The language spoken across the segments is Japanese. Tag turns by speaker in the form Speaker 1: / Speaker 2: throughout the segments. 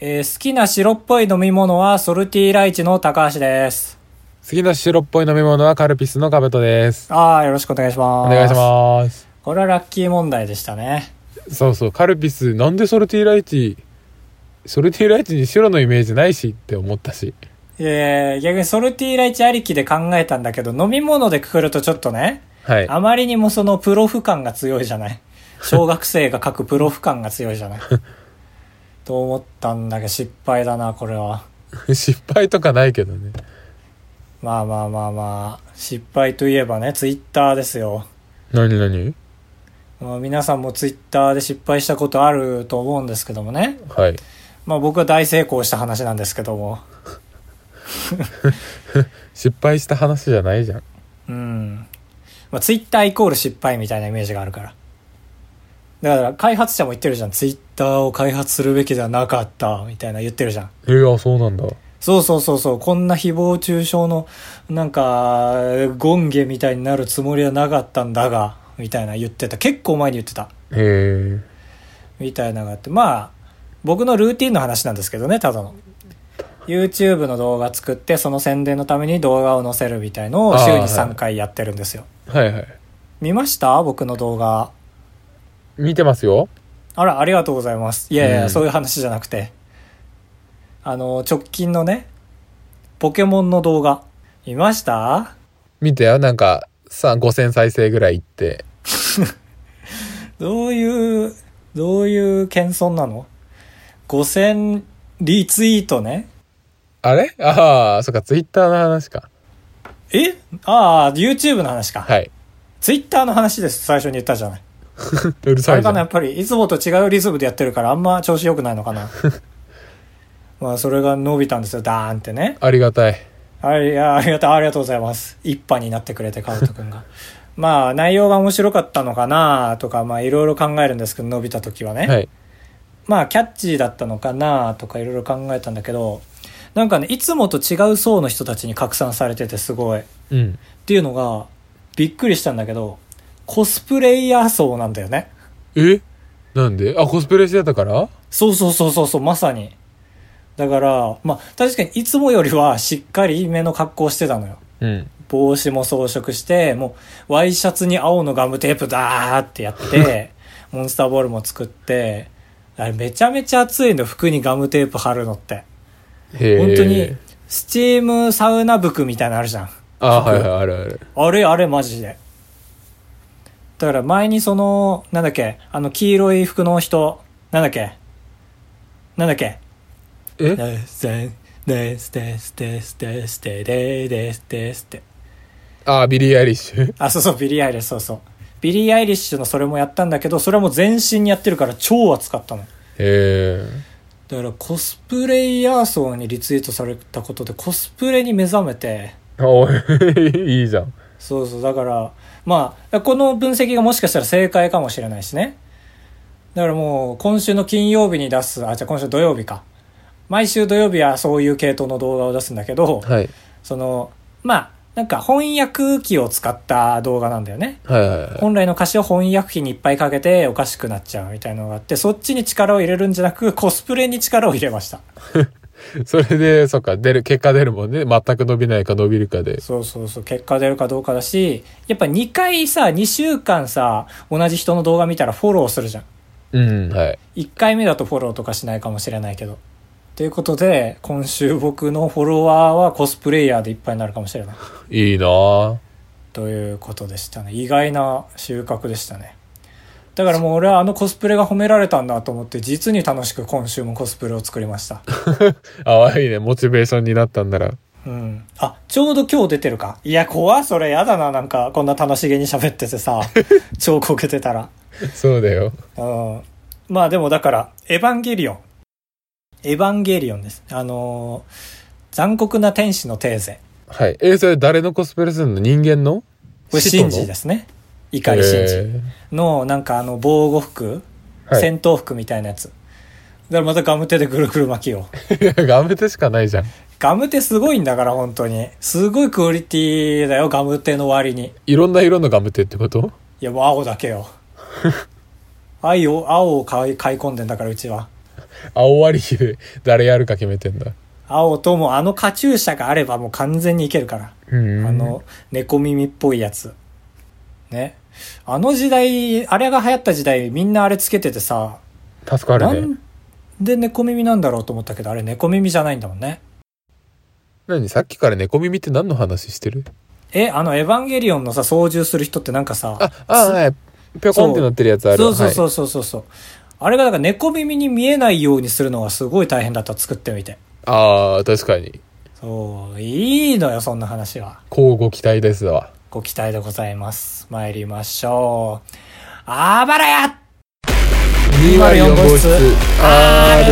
Speaker 1: えー好きな白っぽい飲み物はソルティーライチの高橋です。
Speaker 2: 好きな白っぽい飲み物はカルピスのカブトです。
Speaker 1: あー、よろしくお願いします。
Speaker 2: お願いします。
Speaker 1: す。これはラッキー問題でしたね。
Speaker 2: そうそう、カルピス、なんでソルティーライチ、ソルティーライチに白のイメージないしって思ったし。
Speaker 1: えー、逆にソルティーライチありきで考えたんだけど、飲み物でくくるとちょっとね、
Speaker 2: はい。
Speaker 1: あまりにもそのプロフ感が強いじゃない。小学生が書くプロフ感が強い じゃない。と思ったんだけど、失敗だな、これは。
Speaker 2: 失敗とかないけどね。
Speaker 1: まあまあまあまあ、失敗といえばね、ツイッターですよ。
Speaker 2: なになに
Speaker 1: まあ皆さんもツイッターで失敗したことあると思うんですけどもね。
Speaker 2: はい。
Speaker 1: まあ僕は大成功した話なんですけども。
Speaker 2: 失敗した話じゃないじゃん。
Speaker 1: うん。まあツイッターイコール失敗みたいなイメージがあるから。だから開発者も言ってるじゃん。ツイッターを開発するべきではなかった、みたいな言ってるじゃん。
Speaker 2: えー、あ、そうなんだ。
Speaker 1: そうそうそうそう。こんな誹謗中傷の、なんか、ゴンゲみたいになるつもりはなかったんだが、みたいな言ってた。結構前に言ってた。
Speaker 2: へえ。
Speaker 1: みたいなのがあって、まあ、僕のルーティンの話なんですけどね、ただの。YouTube の動画作って、その宣伝のために動画を載せるみたいのを週
Speaker 2: あー
Speaker 1: に
Speaker 2: はい
Speaker 1: 3回やってるんですよ。
Speaker 2: はいはい。
Speaker 1: 見ました僕の動画。
Speaker 2: 見てますよ。
Speaker 1: あら、ありがとうございます。いやいや、
Speaker 2: うん
Speaker 1: そういう話じゃなくて。あの、直近のね、ポケモンの動画。見ました
Speaker 2: 見てよ。なんか、さ、5000再生ぐらいいって。
Speaker 1: どういう、どういう謙遜なの ?5000 リツイートね。
Speaker 2: あれああ、そっか、ツイッターの話か。
Speaker 1: えああ、YouTube の話か。
Speaker 2: はい。
Speaker 1: ツイッターの話です。最初に言ったじゃない。
Speaker 2: うる
Speaker 1: あ
Speaker 2: さ
Speaker 1: れ
Speaker 2: いじゃ
Speaker 1: かな、や
Speaker 2: ん
Speaker 1: っ。ぱり、いつもと違うリズムでやってるから、あんま調子良くないのかな。まあ、それが伸びたんですよ。ダーンってね。
Speaker 2: ありがたい。
Speaker 1: あいやありがとう、ありがとうございます。一派になってくれて、カウト君が。まあ、内容が面白かったのかなとか、まあ、いろいろ考えるんですけど、伸びた時はね。
Speaker 2: はい。
Speaker 1: まあ、キャッチーだったのかなとか、いろいろ考えたんだけど、なんかね、いつもと違う層の人たちに拡散されてて、すごい。
Speaker 2: うん。
Speaker 1: っていうのが、びっくりしたんだけど、コスプレイヤー層なんだよね。
Speaker 2: えなんであ、コスプレしてたから
Speaker 1: そうそうそうそうそう、まさに。だから、まあ、確かにいつもよりはしっかり目の格好してたのよ。
Speaker 2: うん。
Speaker 1: 帽子も装飾して、もう、ワイシャツに青のガムテープだーってやって、 モンスターボールも作って、あれめちゃめちゃ暑いの、服にガムテープ貼るのって。
Speaker 2: へえ。
Speaker 1: 本当に。、スチームサウナ服みたいなのあるじゃん。
Speaker 2: あ、はいはい、あるある。
Speaker 1: あれあれマジで。だから前にその、なんだっけ、あの黄色い服の人、なんだっけ、なんだっけ、
Speaker 2: え
Speaker 1: ですですですですででですですって。
Speaker 2: あ、ビリー・アイリッシュ。
Speaker 1: あ、そうそう、ビリー・アイリッシュ、そうそう。ビリー・アイリッシュのそれもやったんだけど、それはもう全身にやってるから超熱かったの。
Speaker 2: へ
Speaker 1: だからコスプレイヤー層にリツイートされたことでコスプレに目覚めて、
Speaker 2: え。おい、 いいじゃん。
Speaker 1: そうそう、だから、まあ、この分析がもしかしたら正解かもしれないしね。だからもう、今週の金曜日に出す、あ、じゃあ今週土曜日か。毎週土曜日はそういう系統の動画を出すんだけど、
Speaker 2: はい。
Speaker 1: その、まあ、なんか翻訳機を使った動画なんだよね。
Speaker 2: はいはいはい。
Speaker 1: 本来の歌詞を翻訳費にいっぱいかけておかしくなっちゃうみたいなのがあって、そっちに力を入れるんじゃなく、コスプレに力を入れました。
Speaker 2: それで、そっか、出る、結果出るもんね。全く伸びないか伸びるかで。
Speaker 1: そうそうそう、結果出るかどうかだし、やっぱ2回さ、2週間さ、同じ人の動画見たらフォローするじゃん。
Speaker 2: うん。はい。
Speaker 1: 1回目だとフォローとかしないかもしれないけど。ということで、今週僕のフォロワーはコスプレイヤーでいっぱいになるかもしれない。
Speaker 2: いいなぁ。
Speaker 1: ということでしたね。意外な収穫でしたね。だからもう俺はあのコスプレが褒められたんだと思って、実に楽しく今週もコスプレを作りました。
Speaker 2: あ、いいね。モチベーションになったんなら。
Speaker 1: うん。あ、ちょうど今日出てるか。いや、怖それやだな。なんか、こんな楽しげに喋っててさ、超こけてたら。
Speaker 2: そうだよ。
Speaker 1: うん。まあでもだから、エヴァンゲリオン。エヴァンゲリオンです。あのー残酷な天使のテーゼ。
Speaker 2: はい。え、それ誰のコスプレするの人間の。
Speaker 1: これ、シンジですすね。怒
Speaker 2: 使
Speaker 1: り
Speaker 2: い
Speaker 1: シンジ。の、なんかあの、防護服、
Speaker 2: はい。
Speaker 1: 戦闘服みたいなやつ。だからまたガム手でぐるぐる巻きを。
Speaker 2: ガムテしかないじゃん。
Speaker 1: ガム手すごいんだから、本当に。すごいクオリティだよ、ガム手の割に。
Speaker 2: いろんな色のガムテってこと
Speaker 1: いや、 もう青だけよ。愛を、青を買い買い込んでんだから、うちは。
Speaker 2: 青割りで誰やるか決めてんだ。
Speaker 1: 青ともうあのカチューシャがあればもう完全にいけるから。
Speaker 2: うん。
Speaker 1: あの、猫耳っぽいやつ。ね。あの時代、あれが流行った時代、みんなあれつけててさ、
Speaker 2: 助か
Speaker 1: な
Speaker 2: るね。
Speaker 1: んで猫耳なんだろうと思ったけど、あれ猫耳じゃないんだもんね。
Speaker 2: 何さっきから猫耳って何の話してる
Speaker 1: え、あの、エヴァンゲリオンのさ、操縦する人ってなんかさ、
Speaker 2: あ、あ、はい。ぴょこんってなってるやつある。
Speaker 1: そうそう
Speaker 2: う。
Speaker 1: そうそうそうそう。あれがだから猫耳に見えないようにするのがすごい大変だった、作ってみて。
Speaker 2: ああ、確かに。
Speaker 1: そう、いいのよ、そんな話は。
Speaker 2: 交互期待ですわ。
Speaker 1: ご期待でございます。参りましょう。あばらや204号室
Speaker 2: R。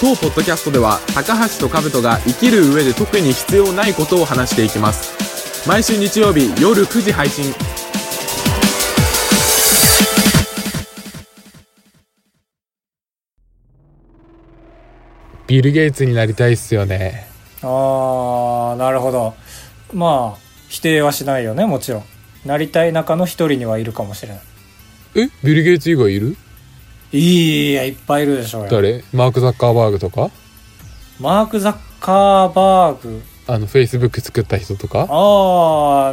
Speaker 3: 当ポッドキャストでは高橋と兜が生きる上で特に必要ないことを話していきます毎週日曜日夜9時配信
Speaker 2: ビル・ゲイツになりたいっすよね。
Speaker 1: あー、なるほど。まあ、否定はしないよね、もちろん。なりたい中の一人にはいるかもしれない。
Speaker 2: えビル・ゲイツ以外いる
Speaker 1: いや、いっぱいいるでしょうよ。
Speaker 2: 誰マーク・ザッカーバーグとか
Speaker 1: マーク・ザッカーバーグ。
Speaker 2: あの、フェイスブック作った人とか
Speaker 1: あ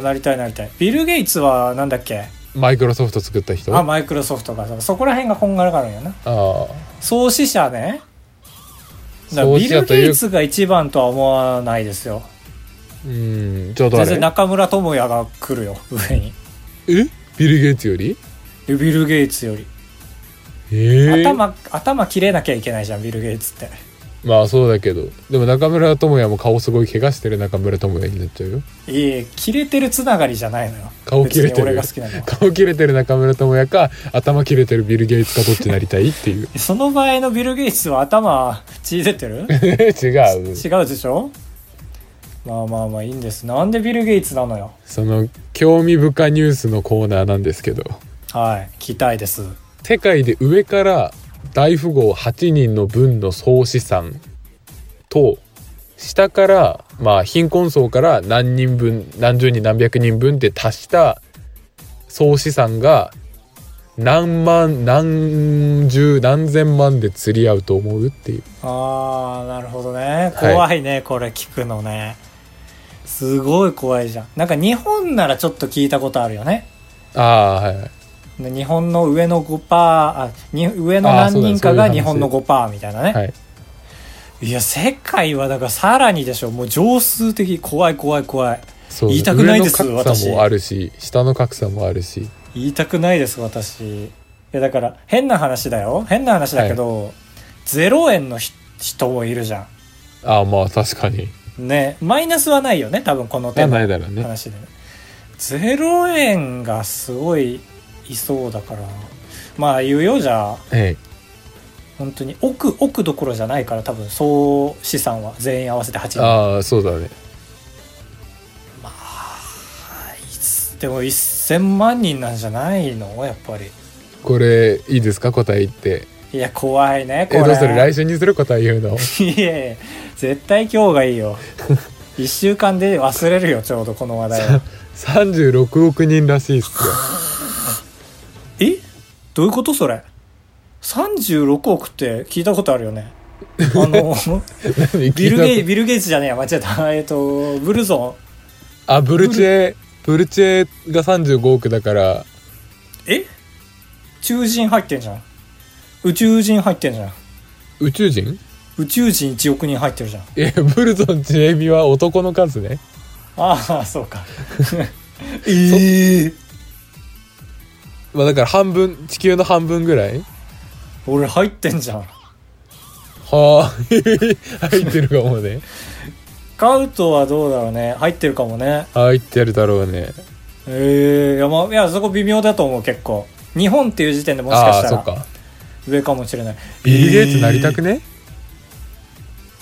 Speaker 1: ー、なりたいなりたい。ビル・ゲイツはなんだっけ
Speaker 2: マイクロソフト作った人
Speaker 1: あ、
Speaker 2: あ
Speaker 1: マイクロソフトが。そこら辺がこんがらがるんやな。
Speaker 2: あ。
Speaker 1: 創始者ね。だから
Speaker 2: 創
Speaker 1: ビ
Speaker 2: 始
Speaker 1: ル・
Speaker 2: 者という
Speaker 1: ゲイツが一番とは思わないですよ。
Speaker 2: うん、ちょうどあ
Speaker 1: 全然
Speaker 2: れ。
Speaker 1: 中村智也が来るよ、上に。
Speaker 2: えビル・ゲイツより
Speaker 1: でビル・ゲイツより。
Speaker 2: ええ
Speaker 1: 頭、頭切れなきゃいけないじゃん、ビル・ゲイツって。
Speaker 2: まあそうだけど。でも中村智也も顔すごい怪我してる中村智也になっちゃうよ。
Speaker 1: いえ、切れてるつながりじゃないのよ。
Speaker 2: 顔切れて
Speaker 1: 別に俺
Speaker 2: る
Speaker 1: が好きなのは。
Speaker 2: 顔切れてる中村智也か頭切れてるビル・ゲイツかどっちになりたいっていう
Speaker 1: その場合のビル・ゲイツは頭血出てる
Speaker 2: 違う
Speaker 1: 違うでしょまあまあまあいいんです。なんでビル・ゲイツなのよ。
Speaker 2: その興味深ニュースのコーナーなんですけど
Speaker 1: はい、聞きたいです。
Speaker 2: 世界で上から大富豪8人の分の総資産と下からまあ貧困層から何人分何十人何百人分って足した総資産が何万何十何千万で釣り合うと思うっていう
Speaker 1: あー、なるほどね。
Speaker 2: はい
Speaker 1: 怖いね、これ聞くのね。すごい怖いじゃん。なんか日本ならちょっと聞いたことあるよね。
Speaker 2: ああはいはい
Speaker 1: ね日本の上の5%あに上の
Speaker 2: あー
Speaker 1: 何人か
Speaker 2: そうだ
Speaker 1: が
Speaker 2: そう
Speaker 1: 日
Speaker 2: いう話
Speaker 1: 本の5%みたいなね、
Speaker 2: はい
Speaker 1: い、や世界はだからさらにでしょもう常数的怖い怖い怖い
Speaker 2: そう
Speaker 1: 言いたくないです
Speaker 2: 上の格差
Speaker 1: 私
Speaker 2: もあるし下の格差もあるし
Speaker 1: 言いたくないです私いやだから変な話だよ変な話だけど、0円のひ人もいるじゃ
Speaker 2: ああまあ確かに
Speaker 1: んねマイナスはないよね多分この
Speaker 2: な
Speaker 1: 手の
Speaker 2: ないだろうね
Speaker 1: 話でね0円がすごいいそうだからまあ言うよじゃあ
Speaker 2: え
Speaker 1: 本当に奥奥どころじゃないから多分総資産は全員合わせて8
Speaker 2: え
Speaker 1: 人
Speaker 2: ああそうだね
Speaker 1: でも1000万人なんじゃないのやっぱり
Speaker 2: これいいですか答え言って
Speaker 1: いや怖いねこ
Speaker 2: え
Speaker 1: れ
Speaker 2: どうする来週にする答え言うの
Speaker 1: いやいや絶対今日がいい よ1週間で忘れるよちょうどこの話題は
Speaker 2: 36億人らしいっすよ
Speaker 1: えどういうことそれ36億って聞いたことあるよねあ の
Speaker 2: 何
Speaker 1: ビル・ゲイ
Speaker 2: 聞い
Speaker 1: ビル・ゲイツじゃねえや間違えた えっとブルゾン
Speaker 2: たあブルチェブルチェが35億だから
Speaker 1: え中人入ってんじゃん宇宙人入ってんじゃん
Speaker 2: 宇宙人
Speaker 1: 宇宙人1億人入ってるじゃん
Speaker 2: えブルゾンチエビは男の数ね
Speaker 1: ああそうかええ
Speaker 2: まあだから半分地球の半分ぐらい
Speaker 1: 俺入ってんじゃん
Speaker 2: はあ 入ってるかもね
Speaker 1: カウトはどうだろうね入ってるかもね
Speaker 2: 入ってるだろうね
Speaker 1: ええいやまあいやそこ微妙だと思う結構日本っていう時点でもしか
Speaker 2: あ
Speaker 1: し
Speaker 2: あ
Speaker 1: た
Speaker 2: そっ
Speaker 1: ら
Speaker 2: か
Speaker 1: 上かもしれない
Speaker 2: ビル・ゲイツなりたくね、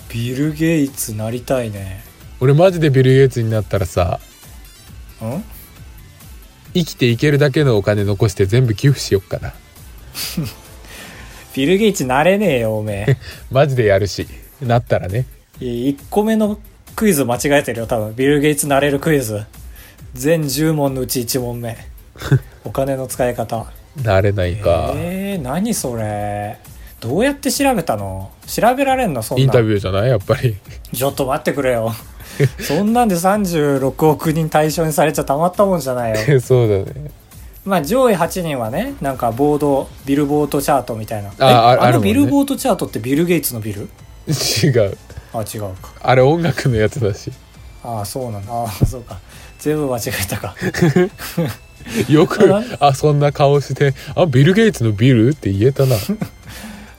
Speaker 1: ビル・ゲイツなりたいね
Speaker 2: 俺マジでビル・ゲイツになったらさ
Speaker 1: うん
Speaker 2: 生きていけるだけのお金残して全部寄付しよっかな
Speaker 1: ビル・ゲイツなれねえよおめ え
Speaker 2: マジでやるしなったらね
Speaker 1: いや1個目のクイズ間違えてるよ多分ビル・ゲイツなれるクイズ全10問のうち1問目お金の使い方
Speaker 2: なれないか、
Speaker 1: えー、何それどうやって調べたの調べられんのそんな
Speaker 2: インタ
Speaker 1: ュ
Speaker 2: ビューじゃないやっぱり
Speaker 1: ーちょっと待ってくれよ そんなんで36億人対象にされちゃたまったもんじゃない よ
Speaker 2: そうだね
Speaker 1: まあ上位8人はねなんかボードビルボートチャートみたいなえ
Speaker 2: ああ
Speaker 1: あ
Speaker 2: る
Speaker 1: の
Speaker 2: もんね
Speaker 1: ビルボートチャートってビル・ゲイツのビル
Speaker 2: 違う
Speaker 1: あ違うか
Speaker 2: あれ音楽のやつだし
Speaker 1: ああそうなんだああそうか全部間違えたか
Speaker 2: よく
Speaker 1: あ
Speaker 2: あそんな顔してあビル・ゲイツのビルって言えたな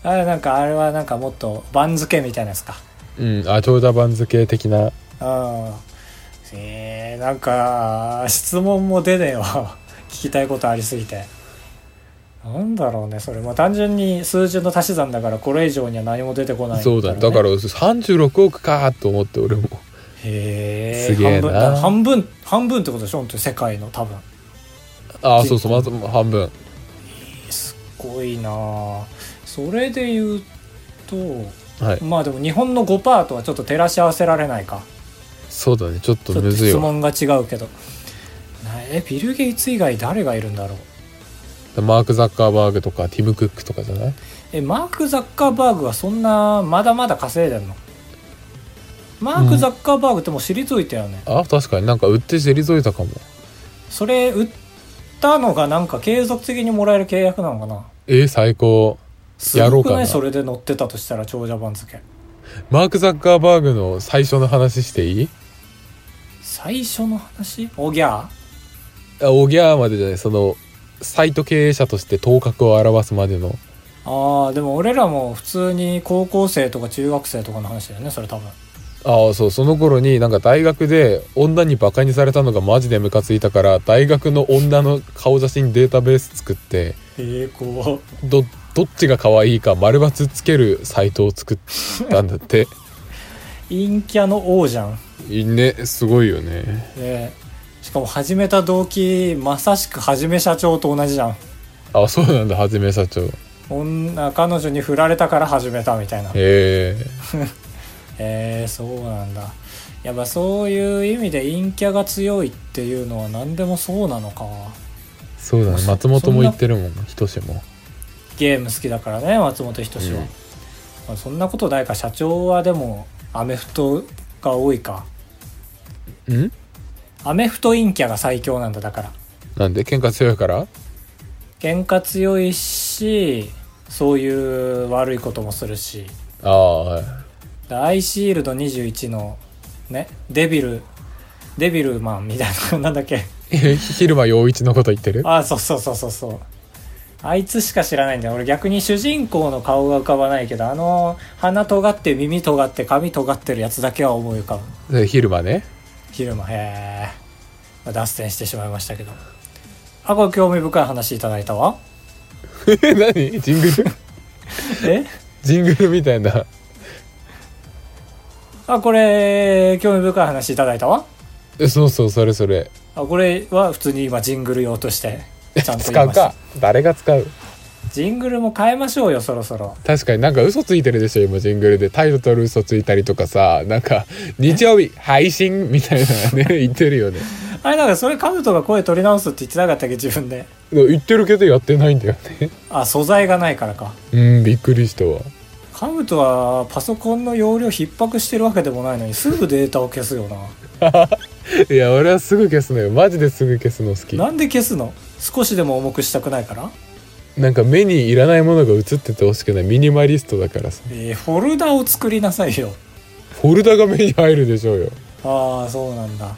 Speaker 1: あれなんかあれはなんかもっと番付みたいなやつか
Speaker 2: うんあ長者番付的
Speaker 1: う
Speaker 2: な
Speaker 1: んえー、なんか質問も出ねえわ 聞きたいことありすぎてなんだろうねそれまあ単純に数字の足し算だからこれ以上には何も出てこないん
Speaker 2: そうだ、
Speaker 1: ろ
Speaker 2: ね、
Speaker 1: ね
Speaker 2: だから36億かと思って俺も
Speaker 1: へえ
Speaker 2: すげえな
Speaker 1: 半分だから半分半分ってことでしょ本当に世界の多分
Speaker 2: ああそうそうまず半分
Speaker 1: すっごいなあそれで言うと
Speaker 2: はい
Speaker 1: まあでも日本の5%とはちょっと照らし合わせられないか
Speaker 2: そうだねちょっと
Speaker 1: ちょっ
Speaker 2: む
Speaker 1: と
Speaker 2: ずい
Speaker 1: 質
Speaker 2: わ
Speaker 1: 問が違うけどなえビル・ゲイツ以外誰がいるんだろう
Speaker 2: マーク・ザッカーバーグとかティム・クックとかじゃない
Speaker 1: えマーク・ザッカーバーグはそんなまだまだ稼いでんのマーク・ザッカーバーグってもう退いたよね、
Speaker 2: あ確かになんか売って退いたかも
Speaker 1: それ売ったのがなんか継続的にもらえる契約なのかな
Speaker 2: えー、最高
Speaker 1: す
Speaker 2: やろう
Speaker 1: ご
Speaker 2: か
Speaker 1: く
Speaker 2: な
Speaker 1: ないそれで乗ってたとしたら長者番付
Speaker 2: マーク・ザッカーバーグの最初の話していい
Speaker 1: 最初の話おぎゃ
Speaker 2: あおぎゃーまでじゃないそのサイト経営者として頭角を現すまでの
Speaker 1: ーあーでも俺らも普通に高校生とか中学生とかの話だよねそれ多分
Speaker 2: ああそうその頃になんか大学で女にバカにされたのがマジでムカついたから大学の女の顔写真データベース作って
Speaker 1: ええこう
Speaker 2: どどっちが可愛いか丸×つけるサイトを作ったんだって
Speaker 1: 陰キャの王じゃん
Speaker 2: いいねすごいよね
Speaker 1: でしかも始めた動機まさしくはじめ社長と同じじゃん
Speaker 2: あそうなんだはじめ社長へ
Speaker 1: 女彼女に振られたから始めたみたいなへ
Speaker 2: え
Speaker 1: えー、そうなんだやっぱそういう意味で陰キャが強いっていうのは何でもそうなのか
Speaker 2: そうだね
Speaker 1: そ
Speaker 2: 松本も言ってるもんひとしも
Speaker 1: ゲーム好きだからね松本人志は、
Speaker 2: うん
Speaker 1: まあ、そんなことないか社長はでもアメフトが多いか
Speaker 2: ん
Speaker 1: アメフト陰キャが最強なんだだから
Speaker 2: なんで喧嘩強いから
Speaker 1: 喧嘩強いしそういう悪いこともするし
Speaker 2: ああはい
Speaker 1: だアイシールド21のねデビルデビルマンみたいななんだっけ
Speaker 2: え昼間陽一のこと言ってる
Speaker 1: あそうそうそうそうそうあいつしか知らないんだよ俺逆に主人公の顔が浮かばないけどあの鼻尖って耳尖って髪尖ってるやつだけは思い浮かぶ
Speaker 2: で昼間ね
Speaker 1: 昼間へえ、まあ脱線してしまいましたけどあこれ興味深い話いただいたわ
Speaker 2: え何ジングル
Speaker 1: え
Speaker 2: ジングルみたいな
Speaker 1: あこれ興味深い話いただいたわ
Speaker 2: えそうそうそれそれ
Speaker 1: あこれは普通に今ジングル用としてちゃんと
Speaker 2: 使
Speaker 1: 言いうました
Speaker 2: か誰が使う
Speaker 1: ジングルも変えましょうよそろそろ
Speaker 2: 確かになんか嘘ついてるでしょ今ジングルでタイトル嘘ついたりとかさなんか日曜日配信みたいなね言ってるよね
Speaker 1: あれなんかそれカブトが声取り直すって言ってなかったっけ自分で
Speaker 2: 言ってるけどやってないんだよね
Speaker 1: あ素材がないからか
Speaker 2: うんびっくりしたわ
Speaker 1: カブトはパソコンの容量逼迫してるわけでもないのにすぐデータを消すよない
Speaker 2: や俺はすぐ消すのよマジですぐ消すの好き
Speaker 1: なんで消すの少しでも重くしたくないから
Speaker 2: なんか目にいらないものが映っててほしくないミニマリストだからさ
Speaker 1: えーフォルダを作りなさいよ
Speaker 2: フォルダが目に入るでしょうよ
Speaker 1: ああそうなんだ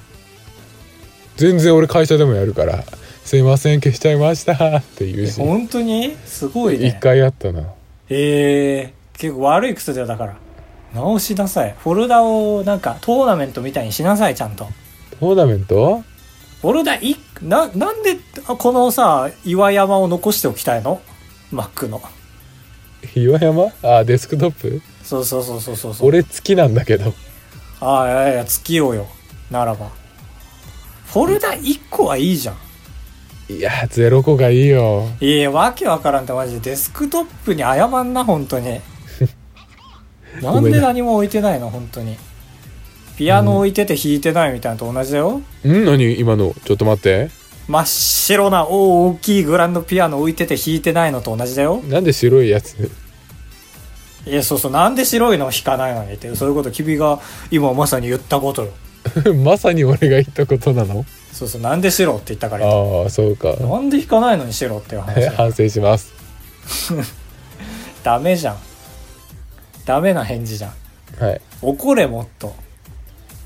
Speaker 2: 全然俺会社でもやるから「すいません消しちゃいました」って言うし
Speaker 1: 本当にすごい
Speaker 2: 一
Speaker 1: ね
Speaker 2: 回あったな
Speaker 1: えー、結構悪い癖だよだから直しなさいフォルダをなんかトーナメントみたいにしなさいちゃんと
Speaker 2: トーナメント
Speaker 1: フォルダいななんであこのさ岩山を残しておきたいの Mac の
Speaker 2: 岩山あデスクトップ
Speaker 1: そうそうそうそうそうそう
Speaker 2: 俺好きなんだけど
Speaker 1: ああいやいや月ようよならばフォルダ1個はいいじゃん
Speaker 2: いやーゼロ個がいいよ
Speaker 1: いやいやわけわからんってマジでデスクトップに謝んな本当にな
Speaker 2: ご
Speaker 1: ん
Speaker 2: めん
Speaker 1: で
Speaker 2: ね
Speaker 1: 何も置いてないの本当にピアノ置いてて弾いてないみたいなのと同じだよ、
Speaker 2: ん何今のちょっと待って
Speaker 1: 真っ白な大きいグランドピアノ置いてて弾いてないのと同じだよ
Speaker 2: なんで白いやつ
Speaker 1: いやそうそうなんで白いの弾かないのにってそういうこと君が今まさに言ったことよ
Speaker 2: まさに俺が言ったことなの
Speaker 1: そうそうなんで白って言ったからよ
Speaker 2: ああそうか
Speaker 1: なんで弾かないのに白っていう話だよ
Speaker 2: 反省します
Speaker 1: ダメじゃんダメな返事じゃん
Speaker 2: はい
Speaker 1: 怒れもっと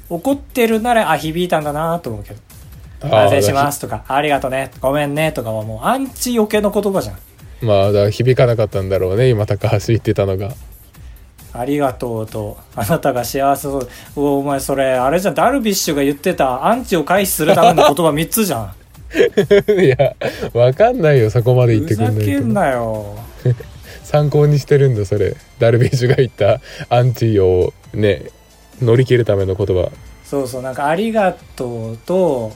Speaker 1: 怒ってるならあ響いたんだなと思うけど「
Speaker 2: あ
Speaker 1: 反
Speaker 2: ー
Speaker 1: 省します」とか「ありがとうね」「ごめんね」とかはもうアンチ余計の言葉じゃん
Speaker 2: まあだから響かなかったんだろうね今高橋言ってたのが
Speaker 1: ありがとうと、あなたが幸せそう。うわお前それ、あれじゃん、ダルビッシュが言ってた、アンチを回避するための言葉3つじゃん。
Speaker 2: いや、わかんないよ、そこまで 言っ
Speaker 1: ふ
Speaker 2: てく
Speaker 1: ざ
Speaker 2: んない
Speaker 1: けん
Speaker 2: と。
Speaker 1: なよ。
Speaker 2: 参考にしてるんだ、それ。ダルビッシュが言ったアンチをね、乗り切るための言葉。
Speaker 1: そうそう、なんか、ありがとうと、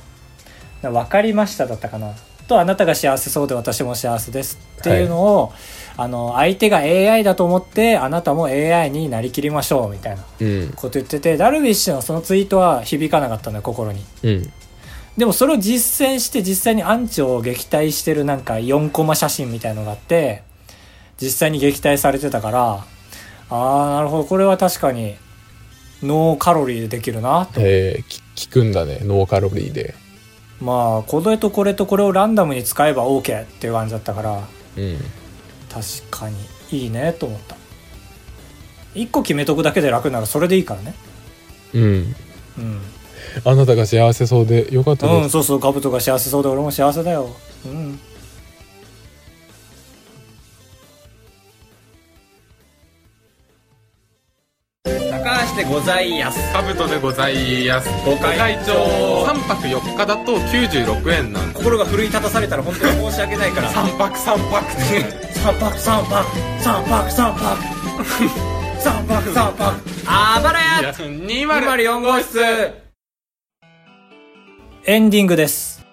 Speaker 1: なわかりましただったかな。と、あなたが幸せそうで私も幸せですっていうのを、あの、相手が AI だと思って、あなたも AI になりきりましょうみたいな
Speaker 2: うん、
Speaker 1: こと言ってて、ダルビッシュのそのツイートは響かなかったのよ、心に。
Speaker 2: うん。
Speaker 1: でもそれを実践して実際にアンチを撃退してるなんか4コマ写真みたいのがあって実際に撃退されてたからああなるほどこれは確かにノーカロリーでできるなと
Speaker 2: えー、き聞くんだね、ノーカロリーで。
Speaker 1: まあこれとこれとこれをランダムに使えば OK っていう感じだったから
Speaker 2: うん。
Speaker 1: 確かにいいねと思った1個決めとくだけで楽ならそれでいいからね
Speaker 2: うん。
Speaker 1: うん、
Speaker 2: あなたが幸せそうでよかった
Speaker 1: う
Speaker 2: で
Speaker 1: ん、
Speaker 2: す。
Speaker 1: そうそうカブトが幸せそうで俺も幸せだようん
Speaker 3: 高橋でございやすカブトでございやす
Speaker 1: ご
Speaker 3: ご
Speaker 1: 会
Speaker 3: 会
Speaker 1: 長
Speaker 3: 長3泊4日だと96円なんで
Speaker 1: 心が奮い立たされたら本当に申し訳ないから
Speaker 3: 3泊3泊って
Speaker 1: 三泊三泊三泊三泊 三泊三泊
Speaker 3: あばらや204号室
Speaker 1: エンディングです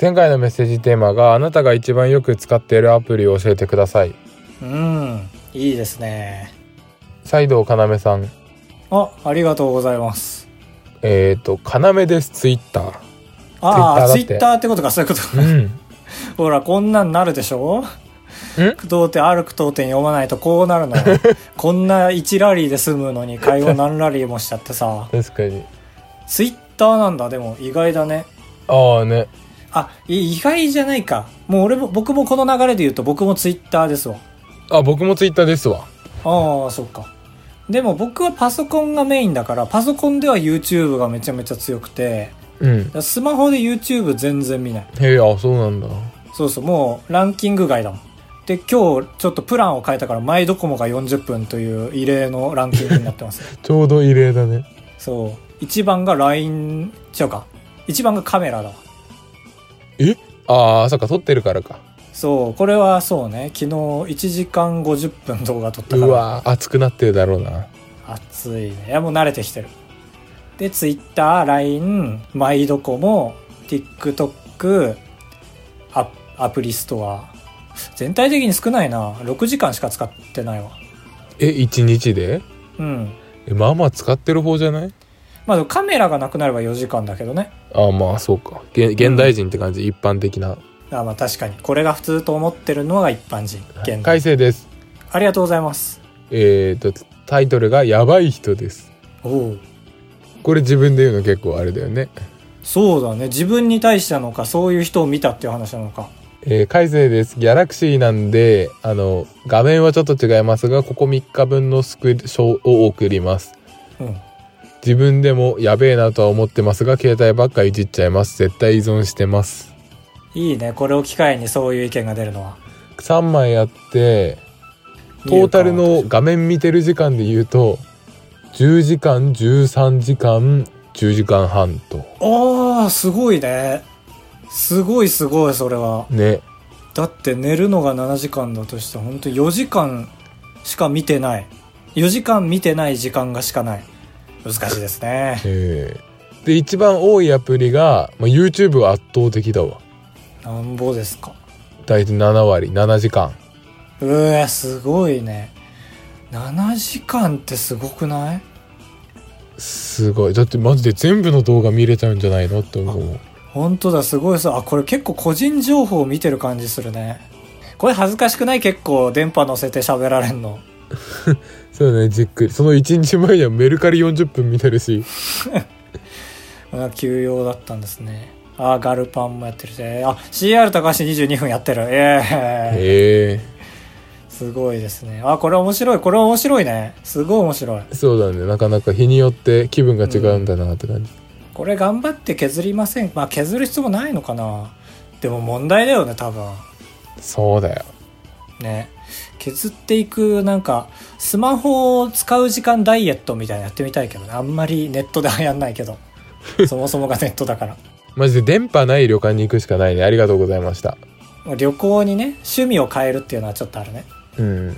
Speaker 2: 前回のメッセージテーマが、あなたが一番よく使っているアプリを教えてください。
Speaker 1: うんいいですね
Speaker 2: サイドかなめさん。
Speaker 1: あありがとうございます
Speaker 2: えっ、ー、と、かなめです、ツイッター。
Speaker 1: ああツイッ
Speaker 2: Twitter だって
Speaker 1: ターってことかそういうこと
Speaker 2: うん。
Speaker 1: ほらこんなんなるでしょ句読点ある句読点読まないとこうなるのよこんな1ラリーで済むのに会話何ラリーもしちゃってさ
Speaker 2: 確かに。
Speaker 1: ツイッターなんだでも意外だね
Speaker 2: ああね。
Speaker 1: あい意外じゃないかもう俺も僕もこの流れで言うと僕もツイッターですわ
Speaker 2: あ、僕もツイッターですわ。
Speaker 1: ああそっかでも僕はパソコンがメインだからパソコンでは YouTube がめちゃめちゃ強くて
Speaker 2: うん。
Speaker 1: スマホで YouTube 全然見ない
Speaker 2: へえ、あ、そうなんだ。
Speaker 1: そうそうもうランキング外だもんで今日ちょっとプランを変えたからマイドコモが40分という異例のランキングになってます
Speaker 2: ちょうど異例だね。
Speaker 1: そう1番が LINE 違うか1番がカメラだわ
Speaker 2: えああ、そっか、撮ってるからか。
Speaker 1: そうこれはそうね昨日1時間50分動画撮った
Speaker 2: う
Speaker 1: から
Speaker 2: わー熱くなってるだろうな。
Speaker 1: 暑いねいやもう慣れてきてるで TwitterLINE マイドコモ TikTok アアプリストア全体的に少ないな6時間しか使ってないわ
Speaker 2: え、一日で
Speaker 1: うん
Speaker 2: え、まあまあ使ってる方じゃない
Speaker 1: まあでもカメラがなくなれば4時間だけどね
Speaker 2: ああ、まあそうか。げ現代人って感じ、一般的な。
Speaker 1: あまあ確かにこれが普通と思ってるのが一般人現
Speaker 2: 改
Speaker 1: 代
Speaker 2: 正です。
Speaker 1: ありがとうございます
Speaker 2: えっ、ー、と、タイトルがやばい人です。
Speaker 1: おおう
Speaker 2: これ自分で言うの結構あれだよね。
Speaker 1: そうだね自分に対してなのかそういう人を見たっていう話なのか
Speaker 2: えー、改正です。ギャラクシーなんで、あの、画面はちょっと違いますが、ここ3日分のスクショを送ります。
Speaker 1: うん
Speaker 2: 自分でもやべえなとは思ってますが携帯ばっかいじっちゃいます絶対依存してます
Speaker 1: いいねこれを機会にそういう意見が出るのは
Speaker 2: 3枚あってトータルの画面見てる時間で言うと10時間13時間10時間半と
Speaker 1: ああすごいねすごいすごいそれは
Speaker 2: ね
Speaker 1: だって寝るのが7時間だとして本当4時間しか見てない4時間見てない時間がしかない難しいですね
Speaker 2: えーで一番多いアプリが、まあ、YouTube は圧倒的だわ
Speaker 1: なんぼですか
Speaker 2: 大体7割7時間
Speaker 1: うわすごいね7時間ってすごくない
Speaker 2: すごいだってマジで全部の動画見れちゃうんじゃないのって思う
Speaker 1: あ本当だ、すごいさ。あ、これ結構個人情報を見てる感じするね。これ恥ずかしくない結構電波乗せて喋られんの。
Speaker 2: そうだねじっくりその1日前にはメルカリ40分見てるし
Speaker 1: あ休養だったんですね。あ、ガルパンもやってるし。あ、CR 高橋22分やってる。ええ
Speaker 2: へえ
Speaker 1: すごいですね。あ、これ面白い。これ面白いね。すごい面白い。
Speaker 2: そうだねなかなか日によって気分が違うんだなって感じ、
Speaker 1: これ頑張って削りません。まあ削る必要もないのかな。でも問題だよね、多分。
Speaker 2: そうだよ
Speaker 1: ね。削っていく、なんか、スマホを使う時間ダイエットみたいなのやってみたいけどね。あんまりネットではやんないけど。そもそもがネットだから。
Speaker 2: マジで電波ない旅館に行くしかないねありがとうございました
Speaker 1: 旅行にね、趣味を変えるっていうのはちょっとあるね。
Speaker 2: うん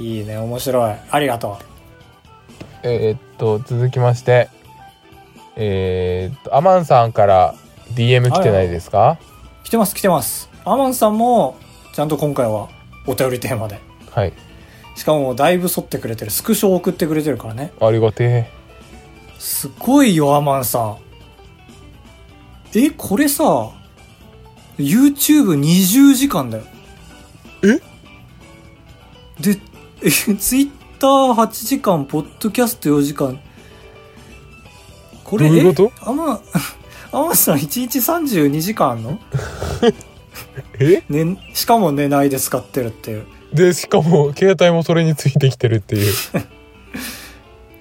Speaker 1: いいね、面白い。ありがと
Speaker 2: えーっと続きましてえーっとアマンさんから DM 来てないですか
Speaker 1: う。来てます、来てます。アマンさんも、ちゃんと今回はお便りテーマで。
Speaker 2: はい
Speaker 1: しかも、だいぶ沿ってくれてる。スクショを送ってくれてるからね。
Speaker 2: ありがて
Speaker 1: すごいよ、アマンさん。え、これさ、YouTube20 時間だよ。えで、え、Twitter8 時間、ポッドキャスト4時間。これ、
Speaker 2: どういうこと
Speaker 1: えアマン、 アマンさん1日32時間あんの、
Speaker 2: え
Speaker 1: ね、しかも寝ないで使ってるっていう。
Speaker 2: えでしかも携帯もそれについてきてるって いう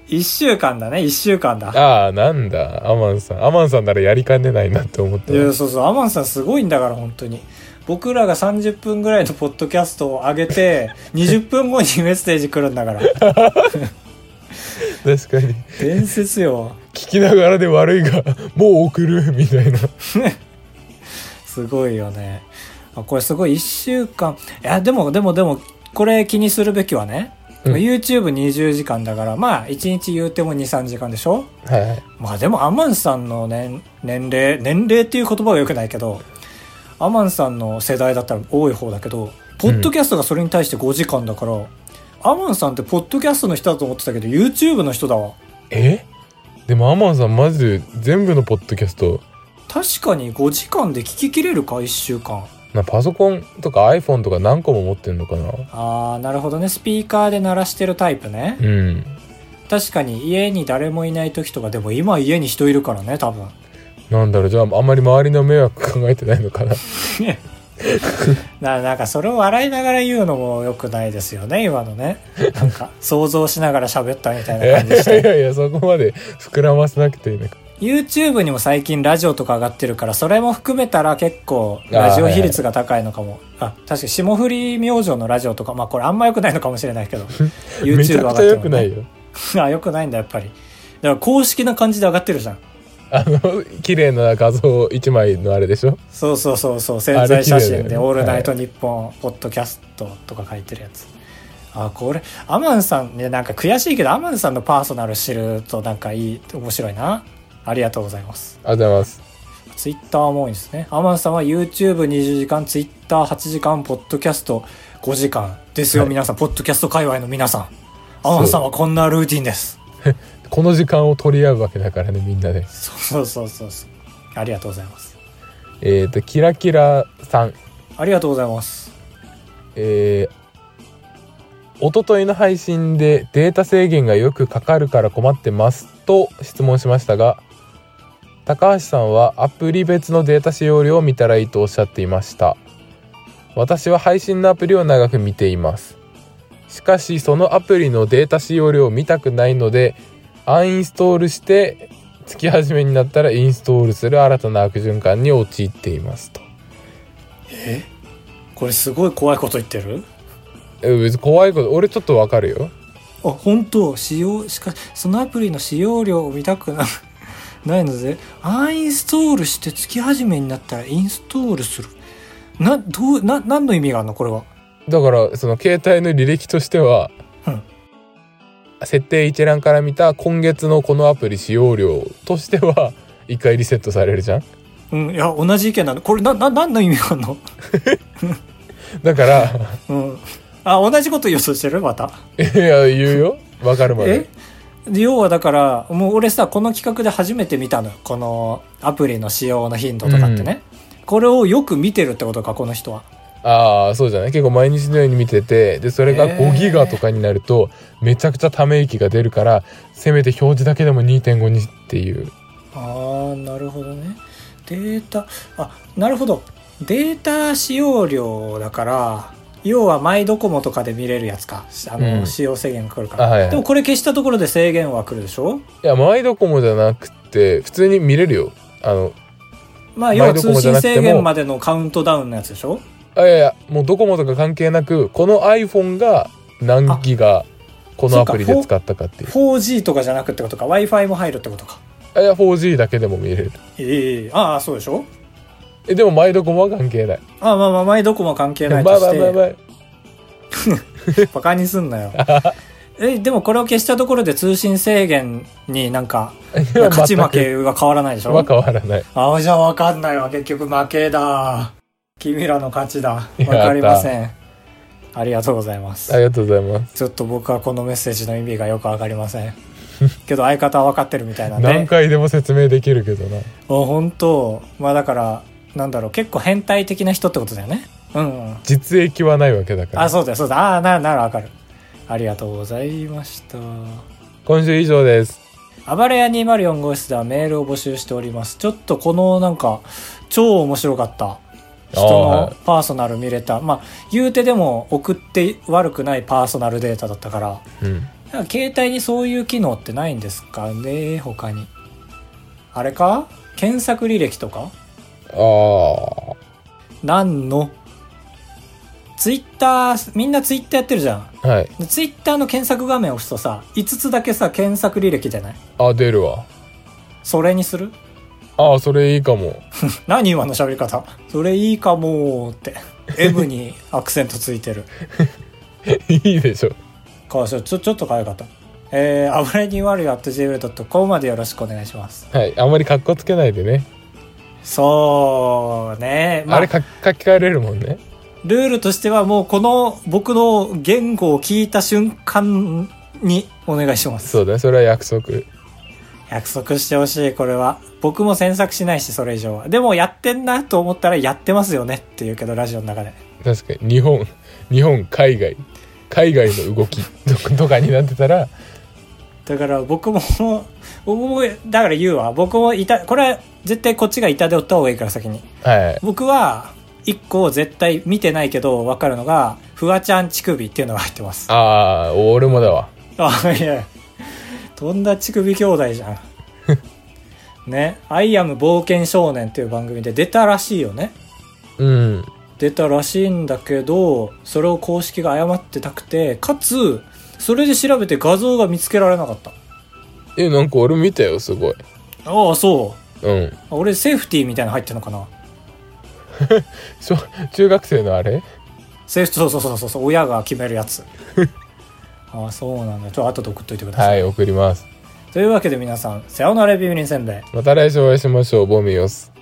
Speaker 1: 1週間だね、1週間だ。
Speaker 2: ああなんだアマンさんアマンさんならやりかねないなって思って
Speaker 1: いやそうそうアマンさんすごいんだから本当に僕らが30分ぐらいのポッドキャストを上げて20分後にメッセージ来るんだから
Speaker 2: 確かに
Speaker 1: 伝説よ
Speaker 2: 聞きながらで悪いがもう送るみたいな
Speaker 1: すごいよねあこれすごい1週間いやでもでもでもこれ気にするべきはね、
Speaker 2: うん
Speaker 1: YouTube20 時間だからまあ1日言うても23時間でしょ
Speaker 2: はいはい
Speaker 1: まあでもアマンさんの、ね、年齢年齢っていう言葉は良くないけどアマンさんの世代だったら多い方だけどポッドキャストがそれに対して5時間だから、アマンさんってポッドキャストの人だと思ってたけど YouTube の人だわ
Speaker 2: えでもアマンさんマジで全部のポッドキャスト
Speaker 1: 確かに5時間で聞ききれるか1週間
Speaker 2: なパソコンとか iPhone とか何個も持ってんのかな
Speaker 1: あーなるほどねスピーカーで鳴らしてるタイプね、
Speaker 2: うん
Speaker 1: 確かに家に誰もいない時とかでも今家に人いるからね多分
Speaker 2: なんだろうじゃああんまり周りの迷惑考えてないのかな
Speaker 1: ななんかそれを笑いながら言うのも良くないですよね今のねなんか想像しながら喋ったみたい
Speaker 2: い
Speaker 1: な
Speaker 2: や
Speaker 1: 感
Speaker 2: い
Speaker 1: じして
Speaker 2: や いやいやそこまで膨らませなくていいのか
Speaker 1: YouTube にも最近ラジオとか上がってるからそれも含めたら結構ラジオ比率が高いのかもあ,、確かに霜降り明星のラジオとかまあこれあんま良くないのかもしれないけど YouTube
Speaker 2: めちゃ
Speaker 1: 上が
Speaker 2: く
Speaker 1: っ
Speaker 2: ちゃ
Speaker 1: て
Speaker 2: 良
Speaker 1: る
Speaker 2: く
Speaker 1: もん
Speaker 2: ない
Speaker 1: ね
Speaker 2: よ
Speaker 1: あ良くないんだやっぱりだから公式な感じで上がってるじゃん
Speaker 2: あの綺麗な画像一枚のあれでしょ
Speaker 1: そうそうそうそう潜在写
Speaker 2: あれ綺麗
Speaker 1: 真
Speaker 2: だ
Speaker 1: で「
Speaker 2: よね
Speaker 1: オールナイトニッポン」ポッドキャストとか書いてるやつあこれアマンさんねなんか悔しいけどアマンさんのパーソナル知るとなんかいい面白いなありがとうございます
Speaker 2: ありがとうございます
Speaker 1: ツイッターも多いんですねアマンさんは YouTube20 時間ツイッター8時間ポッドキャスト5時間ですよ、
Speaker 2: はい
Speaker 1: 皆さんポッドキャスト界隈の皆さんアマンさんはこんなルーティンです
Speaker 2: この時間を取り合うわけだからねみんなで
Speaker 1: そうそうそうそうそうありがとうございます
Speaker 2: えっ、とキラキラさん
Speaker 1: ありがとうございます
Speaker 2: えー、一昨日の配信でデータ制限がよくかかるから困ってますと質問しましたが高橋さんはアプリ別のデータ使用量を見たらいいとおっしゃっていました私は配信のアプリを長く見ていますしかしそのアプリのデータ使用量を見たくないのでアンインストールして月始めになったらインストールする新たな悪循環に陥っていますと
Speaker 1: これすごい怖いこと言ってる
Speaker 2: え別に怖いこと俺ちょっとわかるよ
Speaker 1: あ本当使用しかそのアプリの使用量を見たくな ないのでアンインストールして月始めになったらインストールするなどうな何の意味があるのこれは
Speaker 2: だからその携帯の履歴としては、
Speaker 1: うん
Speaker 2: 設定一覧から見た今月のこのアプリ使用量としては 一回リセットされるじゃん
Speaker 1: うんいや同じ意見なのこれなな何の意味があるの
Speaker 2: だから
Speaker 1: うんあ同じこと予想してるまた
Speaker 2: いや言うよわかるま
Speaker 1: え
Speaker 2: で
Speaker 1: 要はだから、もう俺さ、この企画で初めて見たのよ。このアプリの使用の頻度とかってね。これをよく見てるってことか、この人は。
Speaker 2: ああそうじゃない結構毎日のように見ててでそれが
Speaker 1: へー
Speaker 2: 5ギガとかになるとめちゃくちゃため息が出るからせめて表示だけでも2.5にっていう
Speaker 1: ああ、なるほどね。データ、あ、なるほど。データ使用量だから、要はマイドコモとかで見れるやつか。あの、
Speaker 2: うん
Speaker 1: 使用制限が来るから。
Speaker 2: あはいはい
Speaker 1: でもこれ消したところで制限は来るでしょ
Speaker 2: いやマイドコモじゃなくて普通に見れるよあの
Speaker 1: まあ、要は
Speaker 2: マイドコ
Speaker 1: 通
Speaker 2: モじゃ
Speaker 1: 信
Speaker 2: なくても
Speaker 1: 制限までのカウントダウンのやつでしょ
Speaker 2: あいやいやもうドコモとか関係なくこの iPhone が何ギガこのアプリで使ったかっていう
Speaker 1: ?4G とかじゃなくってことか。Wi-Fi も入るってことか。
Speaker 2: あいや 4G だけでも見れる
Speaker 1: ええああ、そうでしょ
Speaker 2: えでもマイドコモは関係ない
Speaker 1: ああ、まあまあ、マイドコモ関係
Speaker 2: バ
Speaker 1: な
Speaker 2: イ
Speaker 1: いと
Speaker 2: バイバイ
Speaker 1: し
Speaker 2: バイ
Speaker 1: て、バカにすんなよ。 え、でもこれを消したところで通信制限になんか、
Speaker 2: いや
Speaker 1: 勝ち負
Speaker 2: 全
Speaker 1: けは変わらないでし
Speaker 2: くは
Speaker 1: ょ
Speaker 2: 変わらない
Speaker 1: ああ、じゃあわかんないわ。結局負けだ。君らの勝ちだ。わ
Speaker 2: やった
Speaker 1: かりません。ありがとうございます
Speaker 2: あ。りがとうございます
Speaker 1: ちょっと僕はこのメッセージの意味がよくわかりま せん。けど相方はわかってるみたいなんで。
Speaker 2: 何回でも説明できるけどな
Speaker 1: あ本当まあだからなんだろう結構変態的な人ってことだよねうん、うん、
Speaker 2: 実益はないわけだから
Speaker 1: あそうだよそうだああなならわかるありがとうございました
Speaker 2: 今週以上です
Speaker 1: 暴れ屋204号室ではメールを募集しておりますちょっとこのなんか超面白かった人
Speaker 2: あーは
Speaker 1: の
Speaker 2: い
Speaker 1: パーソナル見れたまあ言うてでも送って悪くないパーソナルデータだったから
Speaker 2: うん
Speaker 1: なんか携帯にそういう機能ってないんですかね他にあれか検索履歴とか
Speaker 2: ああ
Speaker 1: なんのツイッターみんなツイッターやってるじゃん
Speaker 2: はい
Speaker 1: でツイッターの検索画面を押すとさ5つだけさ検索履歴じゃない
Speaker 2: あ出るわ
Speaker 1: それにする
Speaker 2: ああそれいいかも
Speaker 1: 何今の喋り方それいいかもーって M にアクセントついてる
Speaker 2: いいでしょ
Speaker 1: かちょちょちょっと可愛かったえー、あばれに悪い at gmail.com までよろしくお願いします
Speaker 2: はいあんまり格好つけないでね
Speaker 1: そうねま
Speaker 2: あ
Speaker 1: あ
Speaker 2: れか書き換えれるもんね
Speaker 1: ルールとしてはもうこの僕の言語を聞いた瞬間にお願いします
Speaker 2: そうだねそれは約束
Speaker 1: 約束してほしい、これは。僕も詮索しないし、それ以上は。でも、やってんなと思ったら、やってますよねって言うけど、ラジオの中で。
Speaker 2: 確かに日本日本海外海外の動きととか になってたら
Speaker 1: だから、僕も、 僕も、だから言うわ。僕も、いた、これは、絶対こっちが痛手を負った方がいいから、先に。
Speaker 2: はい
Speaker 1: 僕は、一個絶対見てないけど、わかるのが、フワちゃん乳首っていうのが入ってます。
Speaker 2: ああ俺もだわ
Speaker 1: あ、いや、とんだ乳首兄弟じゃん。ね、アイアム冒険少年っていう番組で出たらしいよね。
Speaker 2: うん
Speaker 1: 出たらしいんだけどそれを公式が誤ってたくてかつそれで調べて画像が見つけられなかった
Speaker 2: えなんか俺見たよすごい
Speaker 1: ああそう
Speaker 2: うん
Speaker 1: あ俺セーフティーみたいなの入ってるのかな
Speaker 2: 小中学生のあれ
Speaker 1: セーフそうそうそうそうそう親が決めるや つああそうなんだちょっと後で送っといてください、
Speaker 2: はい送ります
Speaker 1: というわけで皆さんさようならビビリンせんべい
Speaker 2: また来週お会いしましょうボミオス